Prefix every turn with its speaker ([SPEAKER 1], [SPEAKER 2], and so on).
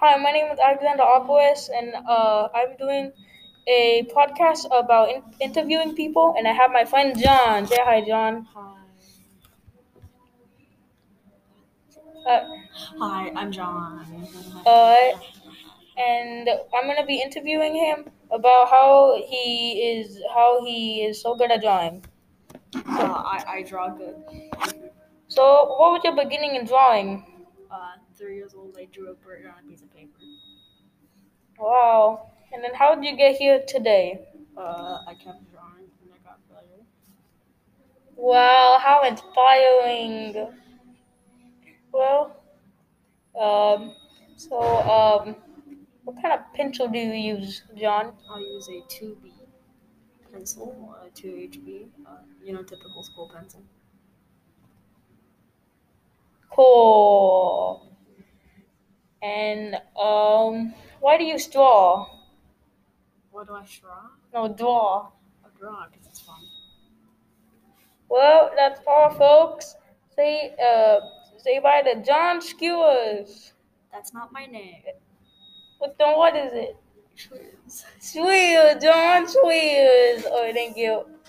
[SPEAKER 1] Hi, my name is Alexander Opolis, and uh, I'm doing a podcast about in- interviewing people, and I have my friend John. Say hi, John.
[SPEAKER 2] Hi.
[SPEAKER 1] Uh,
[SPEAKER 2] Oh. Hi, I'm John.
[SPEAKER 1] uh, and I'm gonna be interviewing him about how he is how he is so good at drawing.
[SPEAKER 2] Uh, I, I draw good.
[SPEAKER 1] So, what was your beginning in drawing?
[SPEAKER 2] Uh, three years old, I drew a bird on a piece of paper.
[SPEAKER 1] Wow. And then, how did you get here today?
[SPEAKER 2] Uh, I kept drawing and I got better.
[SPEAKER 1] Wow, how inspiring. Well, um, so um. What kind of pencil do you use, John?
[SPEAKER 2] I use a 2B pencil, a 2HB, uh, you know, typical school pencil.
[SPEAKER 1] Cool. And um, why do you draw?
[SPEAKER 2] What do I draw?
[SPEAKER 1] No, draw.
[SPEAKER 2] I draw because it's fun.
[SPEAKER 1] Well, that's all, folks. Say uh, say bye to John Skewers.
[SPEAKER 2] That's not my name.
[SPEAKER 1] What then? What is it?
[SPEAKER 2] It is.
[SPEAKER 1] Skewers, John Skewers. Oh, thank you.